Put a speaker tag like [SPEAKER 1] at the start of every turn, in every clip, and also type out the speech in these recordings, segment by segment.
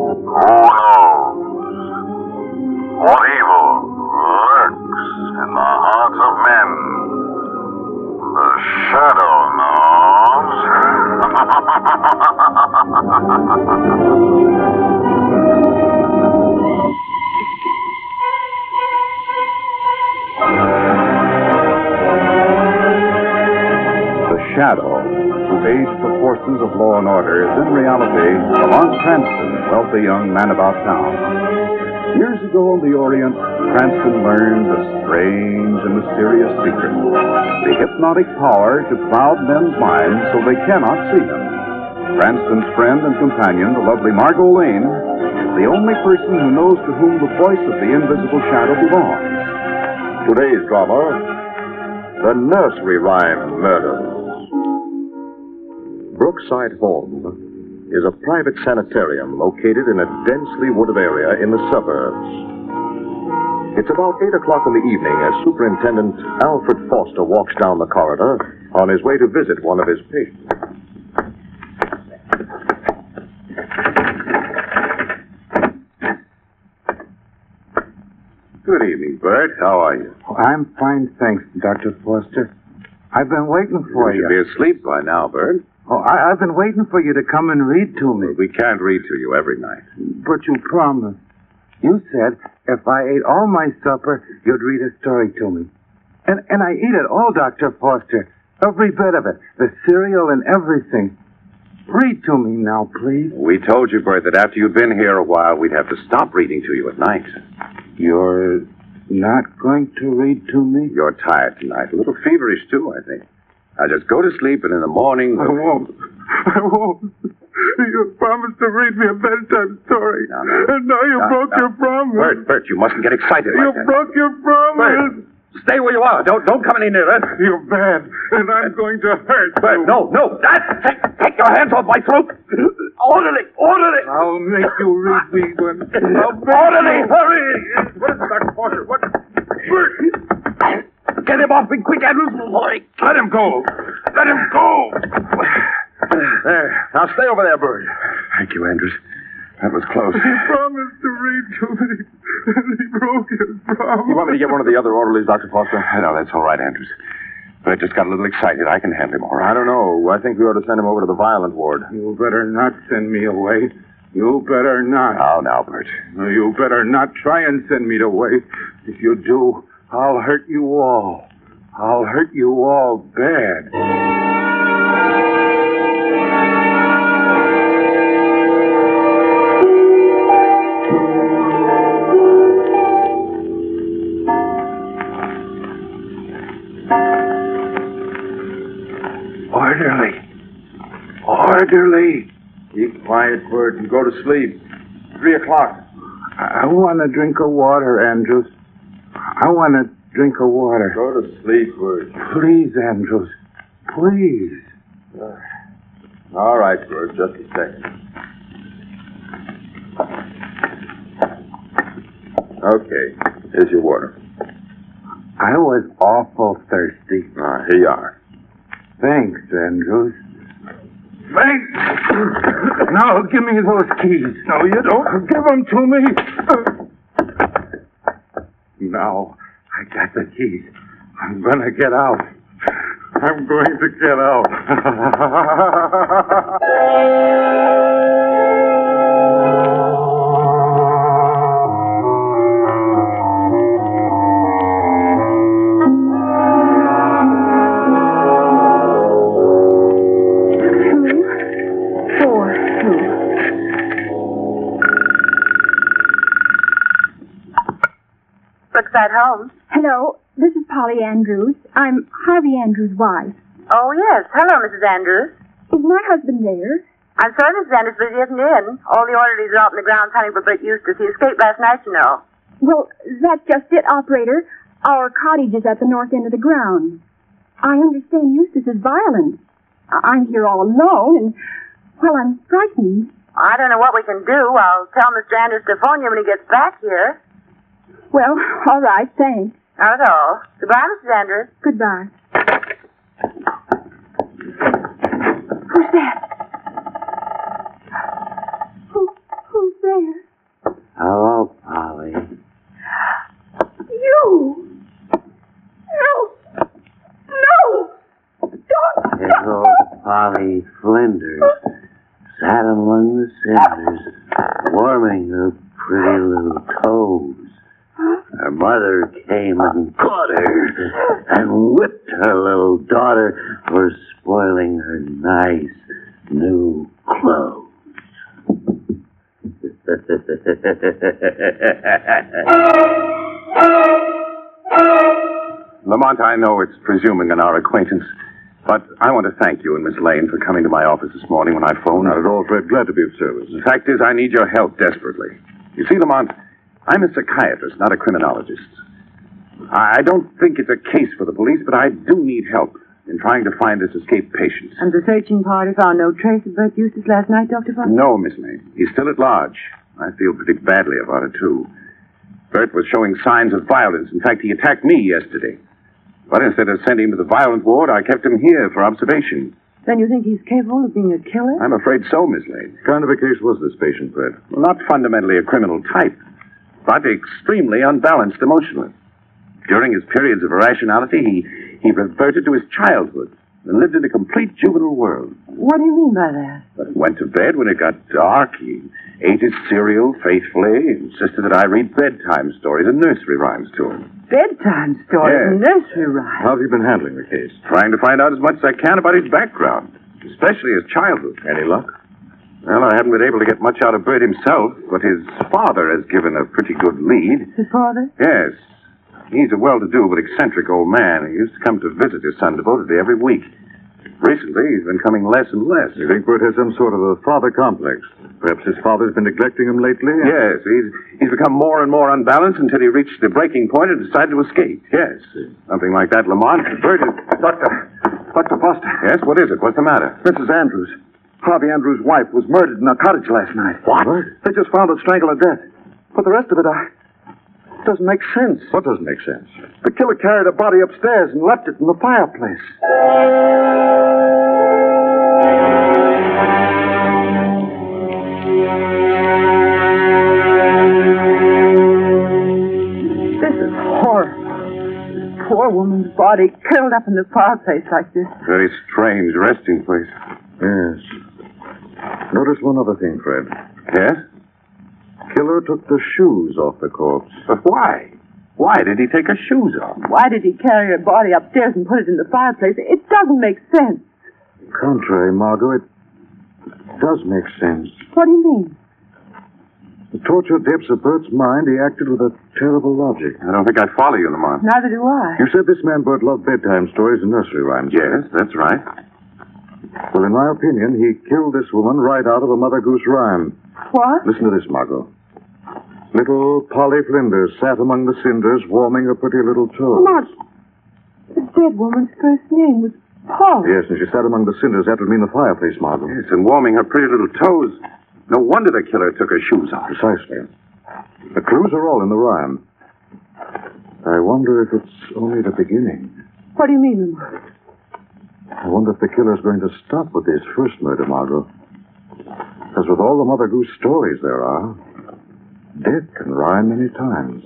[SPEAKER 1] Who knows? What evil lurks in the hearts of men? The shadow knows.
[SPEAKER 2] The Shadow, who aids the forces of law and order, is in reality Lamont Cranston, wealthy young man about town. Years ago in the Orient, Cranston learned a strange and mysterious secret the hypnotic power to cloud men's minds so they cannot see them. Cranston's friend and companion, the lovely Margot Lane, is the only person who knows to whom the voice of the invisible shadow belongs. Today's drama the Nursery Rhyme Murders. Brookside Home is a private sanitarium located in a densely wooded area in the suburbs. It's about 8 o'clock in the evening as Superintendent Alfred Foster walks down the corridor on his way to visit one of his patients. Good evening, Bert. How are you?
[SPEAKER 3] Oh, I'm fine, thanks, Dr. Foster. I've been waiting for
[SPEAKER 2] You
[SPEAKER 3] you.
[SPEAKER 2] should be asleep by now, Bert.
[SPEAKER 3] Oh, I, I've been waiting for you to come and read to me.
[SPEAKER 2] We can't read to you every night.
[SPEAKER 3] But you promised. You said if I ate all my supper, you'd read a story to me. And, and I eat it all, Dr. Foster. Every bit of it. The cereal and everything. Read to me now, please.
[SPEAKER 2] We told you, Bert, that after you'd been here a while, we'd have to stop reading to you at night.
[SPEAKER 3] You're not going to read to me?
[SPEAKER 2] You're tired tonight. A little feverish, too, I think. Now just go to sleep, and in the morning.
[SPEAKER 3] I won't. I won't. You promised to read me a bedtime story.
[SPEAKER 2] No, no.
[SPEAKER 3] And now you
[SPEAKER 2] No,
[SPEAKER 3] broke
[SPEAKER 2] no.
[SPEAKER 3] your promise.
[SPEAKER 2] Bert, Bert, you mustn't get excited
[SPEAKER 3] You
[SPEAKER 2] like that.
[SPEAKER 3] broke your promise.
[SPEAKER 2] Bert, stay where you are. Don't don't come any nearer.
[SPEAKER 3] You're bad, and I'm going to hurt you.
[SPEAKER 2] Bert, no, no. That, take, take your hands off my throat. Orderly, orderly.
[SPEAKER 3] I'll make you read me one.
[SPEAKER 2] Orderly, hurry. What is Dr. Porter? What? Bert. Get him off me quick, Andrews. Boy, Let him go. Let him go. There. Now stay over there, Bert. Thank you, Andrews. That was close.
[SPEAKER 3] promised to read to me, and he broke his promise.
[SPEAKER 2] You want me to get one of the other orderlies, Dr. Foster? No, that's all right, Andrews. Bert just got a little excited. I can handle him, all right? I don't know. I think we ought to send him over to the violent ward.
[SPEAKER 3] You better not send me away. You better not.
[SPEAKER 2] Now, now, Bert.
[SPEAKER 3] You better not try and send me away. If you do, I'll hurt you all. I'll hurt you all bad. Orderly. Orderly. Keep quiet, Bert, and go to sleep. Three o'clock. I want a drink of water, Andrews. I want a drink of water.
[SPEAKER 2] Go to sleep, Bert.
[SPEAKER 3] Please, Andrews. Please.
[SPEAKER 2] All right, Bert. Just a second. Okay. Here's your water.
[SPEAKER 3] I was awful thirsty.
[SPEAKER 2] All right, Ah, here you are.
[SPEAKER 3] Thanks, Andrews. Thanks. now give me those keys. No, you don't. Give them to me. No, I got the keys. I'm gonna get out. I'm going to get out.
[SPEAKER 4] Four, two.
[SPEAKER 5] Brookside Holmes.
[SPEAKER 4] Hello, this is Polly Andrews. I'm Harvey Andrews' wife.
[SPEAKER 5] Oh, yes. Hello, Mrs. Andrews.
[SPEAKER 4] Is my husband there?
[SPEAKER 5] I'm sorry this Xander's busy isn't in. All the orderlies are out on the grounds hunting for Bert Eustace. He escaped last night, you know.
[SPEAKER 6] Well, that's just it, operator. Our cottage is at the north end of the grounds. I understand Eustace is violent. I- I'm here all alone, and, well, I'm frightened.
[SPEAKER 5] I don't know what we can do. I'll tell Mr. Anders to phone you when he gets back here.
[SPEAKER 6] Well, all right, thanks.
[SPEAKER 5] Not at all. Goodbye, Mrs. Anders.
[SPEAKER 6] Goodbye. Who's that? Who, who's there?
[SPEAKER 7] Hello, Polly.
[SPEAKER 6] You! No! No! Don't!
[SPEAKER 7] It's old Polly Flinders. Sat among the cinders, warming her pretty little toes. Her mother came and caught her and whipped her little daughter for spoiling her nice new clothes.
[SPEAKER 2] Lamont, I know it's presuming on our acquaintance, but I want to thank you and Miss Lane for coming to my office this morning when I phoned.
[SPEAKER 3] Not at all, Fred. Glad to be of service.
[SPEAKER 2] The fact is, I need your help desperately. You see, Lamont, I'm a psychiatrist, not a criminologist. I I don't think it's a case for the police, but I do need help in trying to find this escaped patient.
[SPEAKER 4] And the searching party found no trace of Bert Eustace last night, Dr. Fox?
[SPEAKER 2] No, Miss Lane. He's still at large. I feel pretty badly about it, too. Bert was showing signs of violence. In fact, he attacked me yesterday. But instead of sending him to the violent ward, I kept him here for observation.
[SPEAKER 4] Then you think he's capable of being a killer?
[SPEAKER 2] I'm afraid so, Miss Lane.
[SPEAKER 3] What kind of a case was this patient, Fred?
[SPEAKER 2] Well, not fundamentally a criminal type, but extremely unbalanced emotionally. During his periods of irrationality, he, he reverted to his childhood and lived in a complete juvenile world.
[SPEAKER 4] What do you mean by that?
[SPEAKER 2] But he went to bed when it got dark. He ate his cereal faithfully, insisted that I read bedtime stories and nursery rhymes to him.
[SPEAKER 4] Bedtime stories,
[SPEAKER 2] Yes.
[SPEAKER 4] nursery rhymes.
[SPEAKER 3] How have you been handling the case?
[SPEAKER 2] Trying to find out as much as I can about his background, especially his childhood.
[SPEAKER 3] Any luck?
[SPEAKER 2] Well, I haven't been able to get much out of Bert himself, but his father has given a pretty good lead.
[SPEAKER 4] His father?
[SPEAKER 2] Yes. He's a well to do but eccentric old man. He used to come to visit his son devotedly every week. Recently, he's been coming less and less.
[SPEAKER 3] You think Bert has some sort of a father complex? Perhaps his father's been neglecting him lately?
[SPEAKER 2] Yes, he's, he's become more and more unbalanced until he reached the breaking point and decided to escape. Yes. Something like that, Lamont. Bert is.
[SPEAKER 3] Doctor, Dr. Foster.
[SPEAKER 2] Yes, what is it? What's the matter?
[SPEAKER 3] Mrs. Andrews. Harvey Andrews' wife was murdered in our cottage last night.
[SPEAKER 2] What?
[SPEAKER 3] They just found a strangler death. But the rest of it, I. It doesn't make sense.
[SPEAKER 2] What doesn't make sense?
[SPEAKER 3] The killer carried a body upstairs and left it in the fireplace.
[SPEAKER 4] This is horrible. This poor woman's body curled up in the fireplace like this.
[SPEAKER 2] Very strange resting place.
[SPEAKER 3] Yes. Notice one other thing, Fred.
[SPEAKER 2] Yes?
[SPEAKER 3] Killer took the shoes off the corpse.
[SPEAKER 2] But why? Why did he take his shoes off?
[SPEAKER 4] Why did he carry her body upstairs and put it in the fireplace? It doesn't make sense.
[SPEAKER 3] Contrary, Margot, it does make sense.
[SPEAKER 4] What do you mean?
[SPEAKER 3] The tortured depths of Bert's mind, he acted with a terrible logic.
[SPEAKER 2] I don't think I follow you, Lamont.
[SPEAKER 4] Neither do I.
[SPEAKER 3] You said this man Bert loved bedtime stories and nursery rhymes.
[SPEAKER 2] Yes, that's right.
[SPEAKER 3] Well, in my opinion, he killed this woman right out of a Mother Goose rhyme.
[SPEAKER 4] What?
[SPEAKER 3] Listen to this, Margot. Little Polly Flinders sat among the cinders, warming her pretty little toes.
[SPEAKER 4] Not. The dead woman's first name was Paul.
[SPEAKER 3] Yes, and she sat among the cinders. That would mean the fireplace, Margot.
[SPEAKER 2] Yes, and warming her pretty little toes. No wonder the killer took her shoes off.
[SPEAKER 3] Precisely. The clues are all in the rhyme. I wonder if it's only the beginning.
[SPEAKER 4] What do you mean, Lamont?
[SPEAKER 3] I wonder if the killer's going to stop with his first murder, Margot. Because with all the Mother Goose stories there are, death can rhyme many times.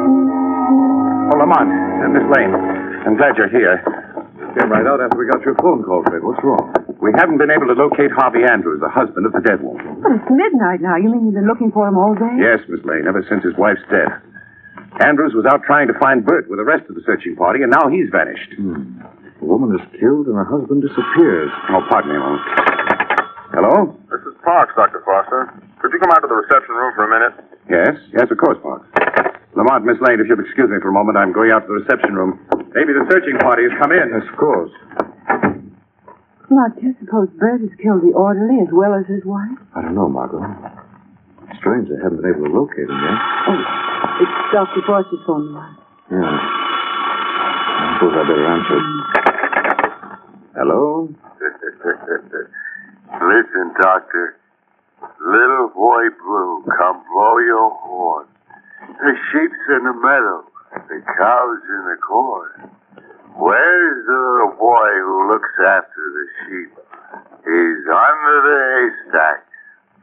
[SPEAKER 2] Oh, Lamont, uh, Miss Lane, I'm glad you're here.
[SPEAKER 3] Came right out after we got your phone call, Fred. What's wrong?
[SPEAKER 2] We haven't been able to locate Harvey Andrews, the husband of the dead woman.
[SPEAKER 4] But it's midnight now. You mean you've been looking for him all day?
[SPEAKER 2] Yes, Miss Lane, ever since his wife's death.
[SPEAKER 3] Hmm.
[SPEAKER 2] Andrews was out trying to find Bert with the rest of the searching party, and now he's vanished.
[SPEAKER 3] A woman is killed and her husband disappears.
[SPEAKER 2] Oh, pardon me a moment. Hello?
[SPEAKER 8] This is Parks, Dr. Foster. Could you come out to the reception room for a minute?
[SPEAKER 2] Yes, yes, of course, Parks. Lamont, Miss Lane, if you'll excuse me for a moment, I'm going out to the reception room. Maybe the searching party has come in.
[SPEAKER 3] Yes, of course.
[SPEAKER 4] Mark, do you suppose Bert has killed the orderly as well as his wife?
[SPEAKER 3] I don't know, Margot. Strange they haven't been able to locate him yet.
[SPEAKER 4] Oh, it's Dr. Foster's phone, Mark.
[SPEAKER 3] Yeah. I suppose I better answer it. Hello?
[SPEAKER 8] Listen, Doctor. Little boy blue, come blow your horn. The sheep's in the meadow, the cow's in the corn. Where's the little boy who looks after the sheep? He's under the haystack,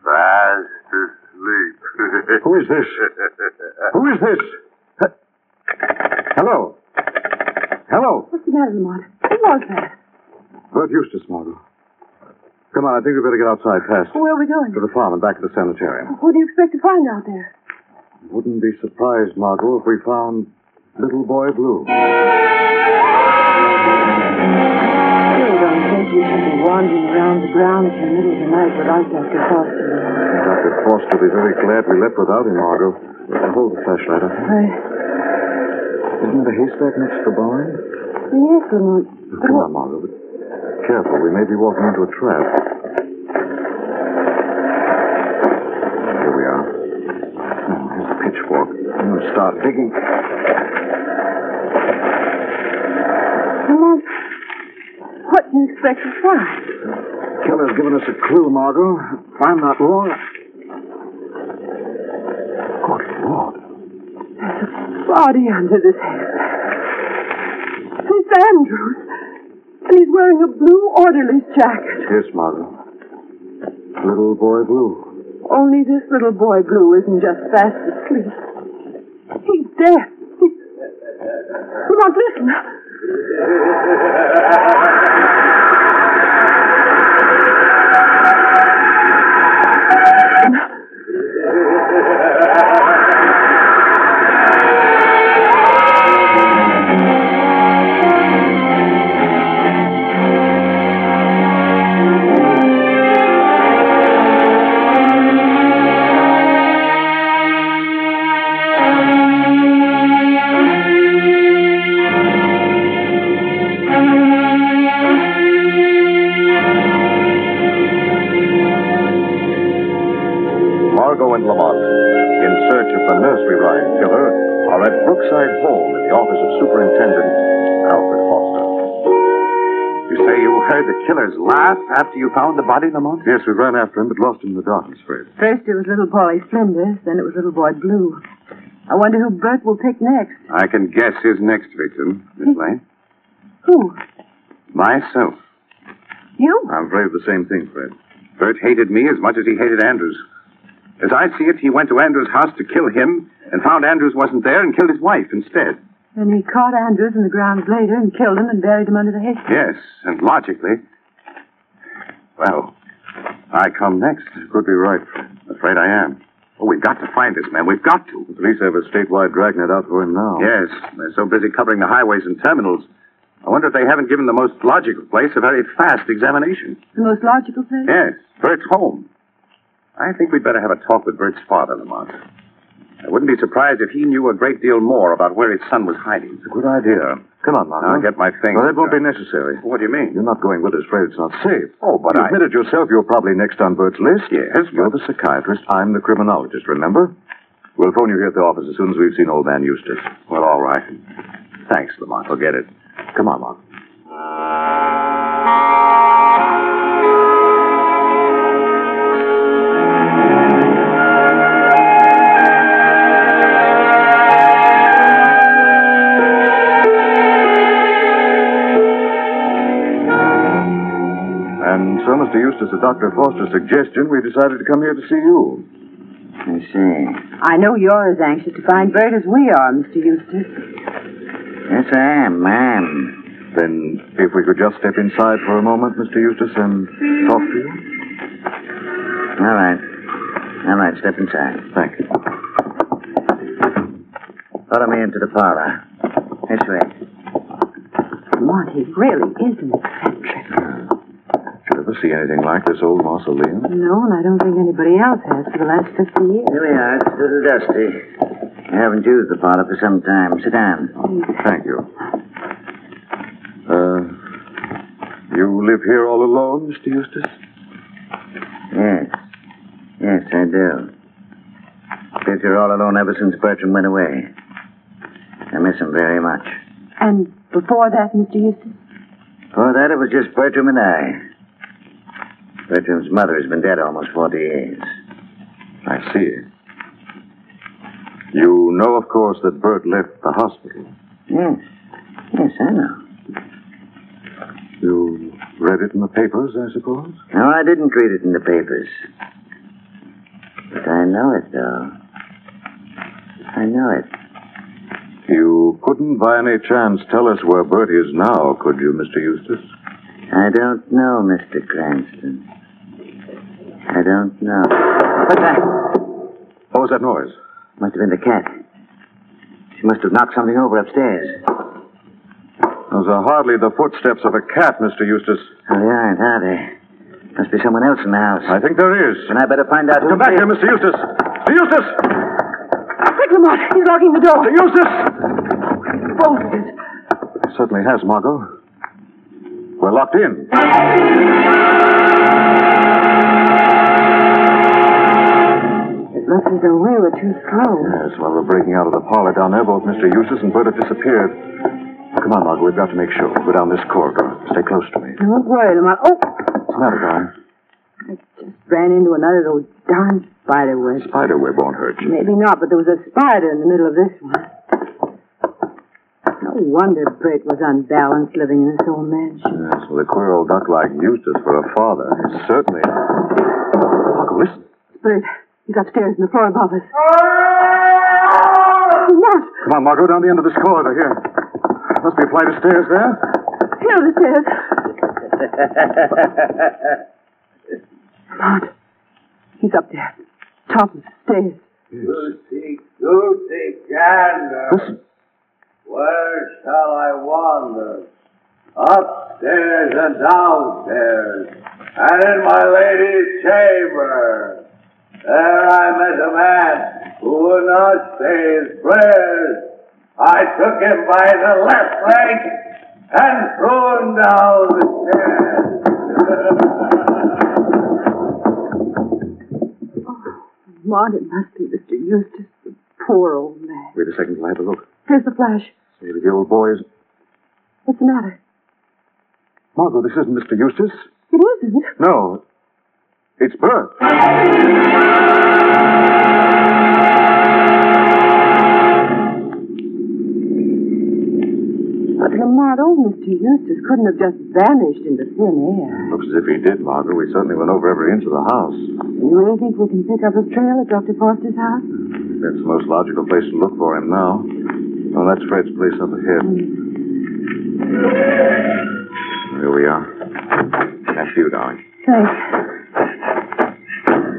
[SPEAKER 8] fast asleep.
[SPEAKER 3] Who is this? Who is this? He- Hello? Hello?
[SPEAKER 4] What's the matter, Lamont? Who was that?
[SPEAKER 3] Bert Eustace, Margot. Come on, I think we better get outside fast.
[SPEAKER 4] Where are we going?
[SPEAKER 3] To the farm and back to the sanitarium.
[SPEAKER 4] What do you expect to find out there?
[SPEAKER 3] Wouldn't be surprised, Margot, if we found Little Boy Blue.
[SPEAKER 4] Still don't think you should be wandering around the grounds in the middle of the night without Dr. Foster.
[SPEAKER 3] Dr. Foster will be very glad we left without him, Margot. Now, Hold the flashlight up.
[SPEAKER 4] I...
[SPEAKER 3] Isn't it a haystack next to the barn?
[SPEAKER 4] Yes, Lamont. But
[SPEAKER 3] Come
[SPEAKER 4] what-
[SPEAKER 3] on, Margot. But careful, we may be walking into a trap. Here we are. Oh, here's a pitchfork. I'm going to start digging.
[SPEAKER 4] Lamont, what do you expect to find?
[SPEAKER 3] Keller's given us a clue, Margot. If I'm not wrong. Good Lord.
[SPEAKER 4] Body under this hair. It's Andrews. And he's wearing a blue orderly's jacket.
[SPEAKER 3] Yes, Margot. Little boy blue.
[SPEAKER 4] Only this little boy Blue isn't just fast asleep. He's dead. He's... Lamont, listen.
[SPEAKER 2] Margot and Lamont, in search of the nursery rhyme killer, are at Brookside Home in the office of Superintendent Alfred Foster.
[SPEAKER 7] You say you heard the killer's laugh after you found the body, Lamont?
[SPEAKER 3] Yes, we ran after him, but lost him in the darkness, Fred.
[SPEAKER 4] First it was little boy Flinders, then it was little boy Blue. I wonder who Bert will pick next.
[SPEAKER 2] I can guess his next victim, Miss Lane.
[SPEAKER 4] Who?
[SPEAKER 2] Myself.
[SPEAKER 4] You?
[SPEAKER 3] I'm afraid of the same thing, Fred.
[SPEAKER 2] Bert hated me as much as he hated Andrews. As I see it, he went to Andrews' house to kill him and found Andrews wasn't there and killed his wife instead.
[SPEAKER 4] And he caught Andrews in the grounds later and killed him and buried him under the hedge.
[SPEAKER 2] Yes, and logically. Well, I come next.
[SPEAKER 3] You could be right, Fred.
[SPEAKER 2] Afraid I am. Oh, we've got to find this man. We've got to.
[SPEAKER 3] The police have a statewide dragnet out for him now.
[SPEAKER 2] Yes, they're so busy covering the highways and terminals. I wonder if they haven't given the most logical place a very fast examination.
[SPEAKER 4] The most logical place?
[SPEAKER 2] Yes, Bert's home. I think we'd better have a talk with Bert's father, Lamont. I wouldn't be surprised if he knew a great deal more about where his son was hiding.
[SPEAKER 3] Good idea. Come on, Margot.
[SPEAKER 2] I'll get my things.
[SPEAKER 3] Well, that won't be necessary.
[SPEAKER 2] What do you mean?
[SPEAKER 3] You're not going with us, Fred. It's not safe.
[SPEAKER 2] Oh, but
[SPEAKER 3] you
[SPEAKER 2] I-
[SPEAKER 3] admitted yourself you're probably next on Bert's list.
[SPEAKER 2] Yes,
[SPEAKER 3] You're the psychiatrist. I'm the criminologist, remember? We'll phone you here at the office as soon as we've seen old man Eustace.
[SPEAKER 2] Well, all right. Thanks, Lamont. I'll get it.
[SPEAKER 3] Come on, Mark. And so, Mr. Eustace, at Dr. Foster's suggestion, we decided to come here to see you.
[SPEAKER 7] I see.
[SPEAKER 4] I know you're as anxious to find Bert as we are, Mr. Eustace.
[SPEAKER 7] Yes, I am, ma'am.
[SPEAKER 3] Then, if we could just step inside for a moment, Mr. Eustace, and talk to you.
[SPEAKER 7] All right. All right, step inside.
[SPEAKER 3] Thank you.
[SPEAKER 7] Follow me into the parlor. This way.
[SPEAKER 4] want. He really is an eccentric.
[SPEAKER 3] Did you ever see anything like this old mausoleum?
[SPEAKER 4] No, and I don't think anybody else has for the last 50 years.
[SPEAKER 9] Here we are. It's a little dusty. I haven't used the parlor for some time. Sit down.
[SPEAKER 3] Thank you. Uh, you live here all alone, Mr. Eustace?
[SPEAKER 9] Yes. Yes, I do. Lived here all alone ever since Bertram went away. I miss him very much.
[SPEAKER 4] And before that, Mr. Eustace?
[SPEAKER 9] Before Oh, that, it was just Bertram and I. Bertram's mother has been dead almost 40 years.
[SPEAKER 3] I see. You know, of course, that Bert left the hospital.
[SPEAKER 9] Yes. Yes, I know.
[SPEAKER 3] You read it in the papers, I suppose?
[SPEAKER 9] No, I didn't read it in the papers. But I know it, though. I know it.
[SPEAKER 3] You couldn't by any chance tell us where Bert is now, could you, Mr. Eustace?
[SPEAKER 9] I don't know, Mr. Cranston. I don't know. What's that?
[SPEAKER 3] What was that noise?
[SPEAKER 9] Must have been the cat. She must have knocked something over upstairs.
[SPEAKER 3] Those are hardly the footsteps of a cat, Mr. Eustace.
[SPEAKER 9] Oh, they aren't, are they? Must be someone else in the house.
[SPEAKER 3] I think there is.
[SPEAKER 9] And I better find out who.
[SPEAKER 3] Come back
[SPEAKER 9] it
[SPEAKER 3] here,
[SPEAKER 9] is.
[SPEAKER 3] Mr. Eustace. Mr. Eustace!
[SPEAKER 4] Quick, Lamont! He's locking the door.
[SPEAKER 3] Mr. Eustace!
[SPEAKER 4] Bolted it.
[SPEAKER 3] Certainly has, Margot. We're locked in.
[SPEAKER 4] It looks as though we were too slow.
[SPEAKER 3] Yes, while we're breaking out of the parlor down there, both Mr. Eustace and Bert have disappeared. Come on, Margot, we've got to make sure. Go down this corridor. Stay close to me.
[SPEAKER 4] Don't worry, Lamont. Oh,
[SPEAKER 3] What's the matter, Guy?
[SPEAKER 4] ran into another of those darn spider webs.
[SPEAKER 3] Spider web won't hurt you.
[SPEAKER 4] Maybe not, but there was a spider in the middle of this one. No wonder Bert was unbalanced living in this old mansion.
[SPEAKER 3] Yes, with a queer old duck like Eustace for a father. It's certainly. Margot, listen.
[SPEAKER 4] Bert, he's upstairs in the floor above us. Lamont,
[SPEAKER 3] Come on, Margot, down the end of this corridor here. Must be a flight of stairs there.
[SPEAKER 4] here are the stairs. Lamont, he's up there, top of the stairs.
[SPEAKER 8] Goosey, goosey, gander.
[SPEAKER 3] Listen.
[SPEAKER 8] Where shall I wander? Upstairs and downstairs, and in my lady's chamber. There I met a man who would not say his prayers. I took him by the left leg and threw him down the stairs.
[SPEAKER 4] Lamont, it must be Mr. Eustace, the poor old man.
[SPEAKER 3] Wait a second till I have a look.
[SPEAKER 4] Here's the flash.
[SPEAKER 3] Maybe the old boy is.
[SPEAKER 4] What's the matter?
[SPEAKER 3] Margot, this isn't Mr. Eustace.
[SPEAKER 4] It isn't.
[SPEAKER 3] No. It's Bert.
[SPEAKER 4] But Lamont, old Mr. Eustace couldn't have just vanished into thin air.
[SPEAKER 3] Looks as if he did, Margot. We certainly went over every inch of the house.
[SPEAKER 4] Do you really think we can pick up his trail at Dr. Foster's house?
[SPEAKER 3] That's the most logical place to look for him now. Well, that's Fred's place up ahead. Here we are. That's you, darling.
[SPEAKER 4] Thanks.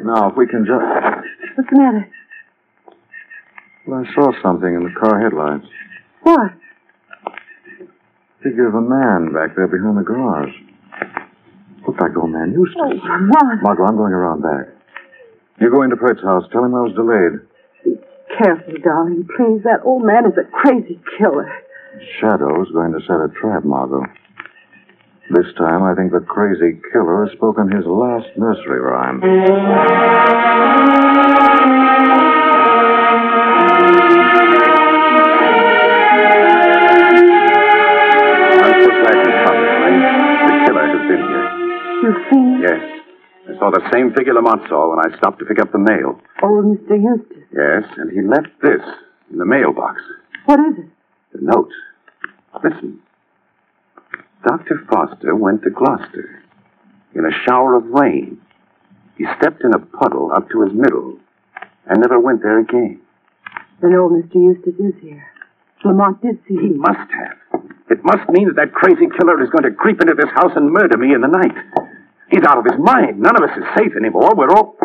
[SPEAKER 3] Now, if we can just.
[SPEAKER 4] What's the matter?
[SPEAKER 3] Well, I saw something in the car headlights.
[SPEAKER 4] What?
[SPEAKER 3] Figure of a man back there behind the garage. Looked like old man Eustace.
[SPEAKER 4] Lamont,
[SPEAKER 3] Margot, I'm going around back. You go into Fred's house. Tell him I was delayed.
[SPEAKER 4] careful, darling, please. That old man is a crazy killer.
[SPEAKER 3] Shadow's going to set a trap, Margot. This time, I think the crazy killer has spoken his last nursery rhyme.
[SPEAKER 2] Unsuspected publicly, the killer has been here.
[SPEAKER 4] You've seen
[SPEAKER 2] Yes. I saw the same figure Lamont saw when I stopped to pick up the mail.
[SPEAKER 4] old Mr. Eustace.
[SPEAKER 2] Yes, and he left this in the mailbox.
[SPEAKER 4] What is it?
[SPEAKER 2] The note. Listen. Dr. Foster went to Gloucester in a shower of rain. He stepped in a puddle up to his middle and never went there again.
[SPEAKER 4] Then old Mr. Eustace is here. Lamont did see
[SPEAKER 2] He
[SPEAKER 4] him.
[SPEAKER 2] must have. It must mean that that crazy killer is going to creep into this house and murder me in the night. He's out of his mind. None of us is safe anymore. We're all.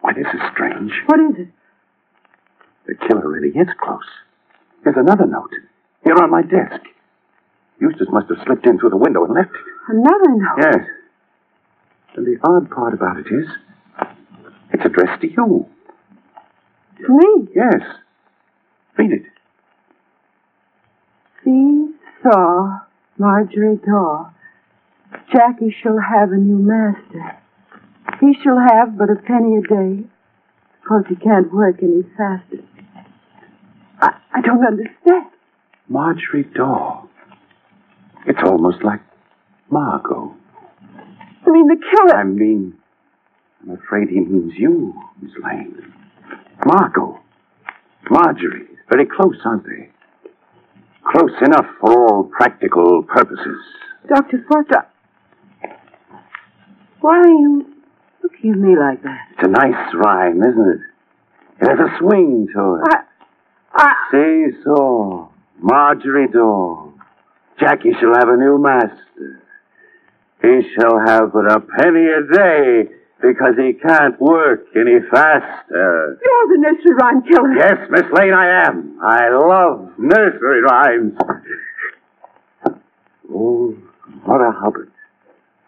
[SPEAKER 2] Why, this is strange.
[SPEAKER 4] What is it?
[SPEAKER 2] The killer really is close. Here's another note. Here on my desk. Eustace must have slipped in through the window and left it.
[SPEAKER 4] And now I know.
[SPEAKER 2] Yes. And the odd part about it is, it's addressed to you.
[SPEAKER 4] To me.
[SPEAKER 2] Yes. Read it.
[SPEAKER 4] See, saw, Marjorie Daw. Jackie shall have a new master. He shall have but a penny a day, because he can't work any faster. I, I don't understand.
[SPEAKER 2] Marjorie Daw. It's almost like Margot.
[SPEAKER 4] I mean, the killer.
[SPEAKER 2] I mean, I'm afraid he means you, Miss Lane. Margot. Marjorie. Very close, aren't they? Close enough for all practical purposes.
[SPEAKER 4] Dr. Foster, why are you looking at me like that?
[SPEAKER 2] It's a nice rhyme, isn't it? It has a swing to it.
[SPEAKER 4] I. I.
[SPEAKER 2] Say so. Marjorie Daw. Jackie shall have a new master. He shall have but a penny a day because he can't work any faster.
[SPEAKER 4] You're the nursery rhyme killer.
[SPEAKER 2] Yes, Miss Lane, I am. I love nursery rhymes. Old Mother Hubbard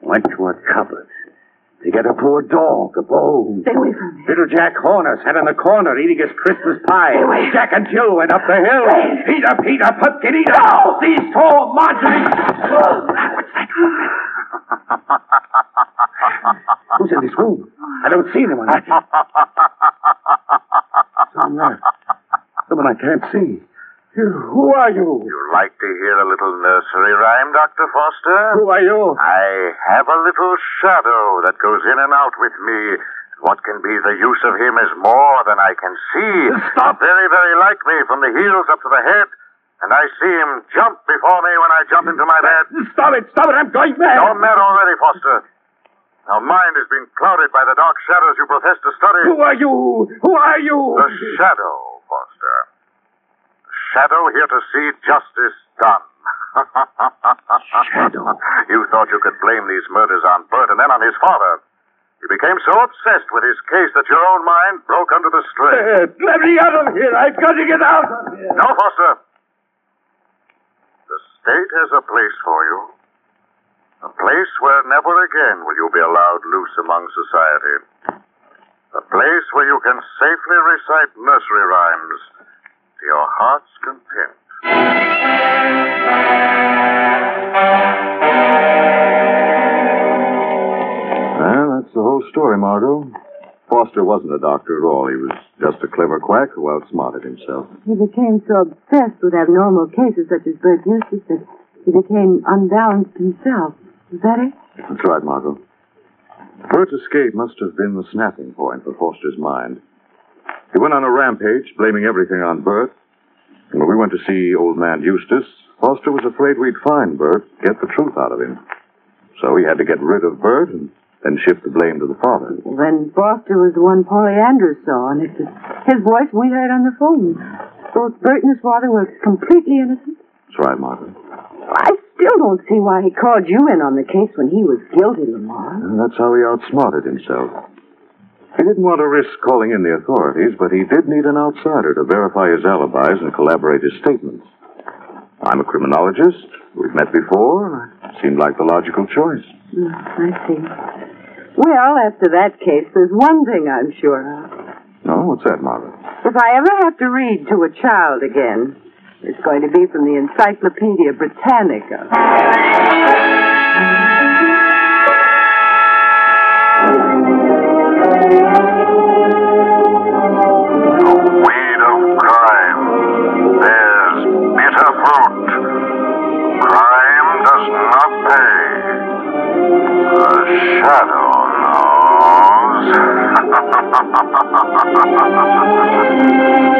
[SPEAKER 2] went to a cupboard to get a poor dog a bone.
[SPEAKER 4] Stay away from me.
[SPEAKER 2] Little Jack Horner sat in the corner eating his Christmas pie.
[SPEAKER 4] Stay away.
[SPEAKER 2] Jack and Jill went up the hill. Peter, Peter, Pupkin, eat up. These four Marjorie. What's that? Who's in this room? I don't see anyone. Some there. Someone I can't see. You- Who are you?
[SPEAKER 8] You like to hear a little nursery rhyme, Dr. Foster?
[SPEAKER 2] Who are you?
[SPEAKER 8] I have a little shadow that goes in and out with me. What can be the use of him is more than I can see.
[SPEAKER 2] Stop.
[SPEAKER 8] Very, very like me from the heels up to the head. And I see him jump before me when I jump into my bed.
[SPEAKER 2] Stop it! Stop it! I'm going mad!
[SPEAKER 8] You're mad already, Foster. Our mind has been clouded by the dark shadows you profess to study.
[SPEAKER 2] Who are you? Who are you?
[SPEAKER 8] The shadow, Foster. Shadow here to see justice done.
[SPEAKER 2] Shadow.
[SPEAKER 8] You thought you could blame these murders on Bert and then on his father. You became so obsessed with his case that your own mind broke under the strain.
[SPEAKER 2] Ed, Let me out of here! I've got to get out of here!
[SPEAKER 8] No, Foster. The state has a place for you. A place where never again will you be allowed loose among society. A place where you can safely recite nursery rhymes to your heart's content.
[SPEAKER 10] Well, that's the whole story, Margot. Foster wasn't a doctor at all. He was just a clever quack who outsmarted himself.
[SPEAKER 4] He became so obsessed with abnormal cases such as Bert Eustace that he became unbalanced himself. Is that it?
[SPEAKER 10] That's right, Margot. Bert's escape must have been the snapping point for Foster's mind. He went on a rampage, blaming everything on Bert. And when we went to see old man Eustace, Foster was afraid we'd find Bert, get the truth out of him. So he had to get rid of Bert and then shift the blame to the father.
[SPEAKER 4] Well, then Foster was the one Polly Andrews saw, and it's his, his voice we heard on the phone. Both Bert and his father were completely innocent.
[SPEAKER 10] That's right, Margot.
[SPEAKER 4] I still don't see why he called you in on the case when he was guilty, Lamar.
[SPEAKER 10] And that's how he outsmarted himself. He didn't want to risk calling in the authorities, but he did need an outsider to verify his alibis and collaborate his statements. I'm a criminologist. We've met before. and it Seemed like the logical choice.
[SPEAKER 4] Mm, I see. Well, after that case, there's one thing I'm sure of.
[SPEAKER 10] No, what's that, Margaret?
[SPEAKER 4] If I ever have to read to a child again, it's going to be from the Encyclopedia Britannica.
[SPEAKER 8] The weed of crime bears bitter fruit. Crime does not pay. The shadow knows.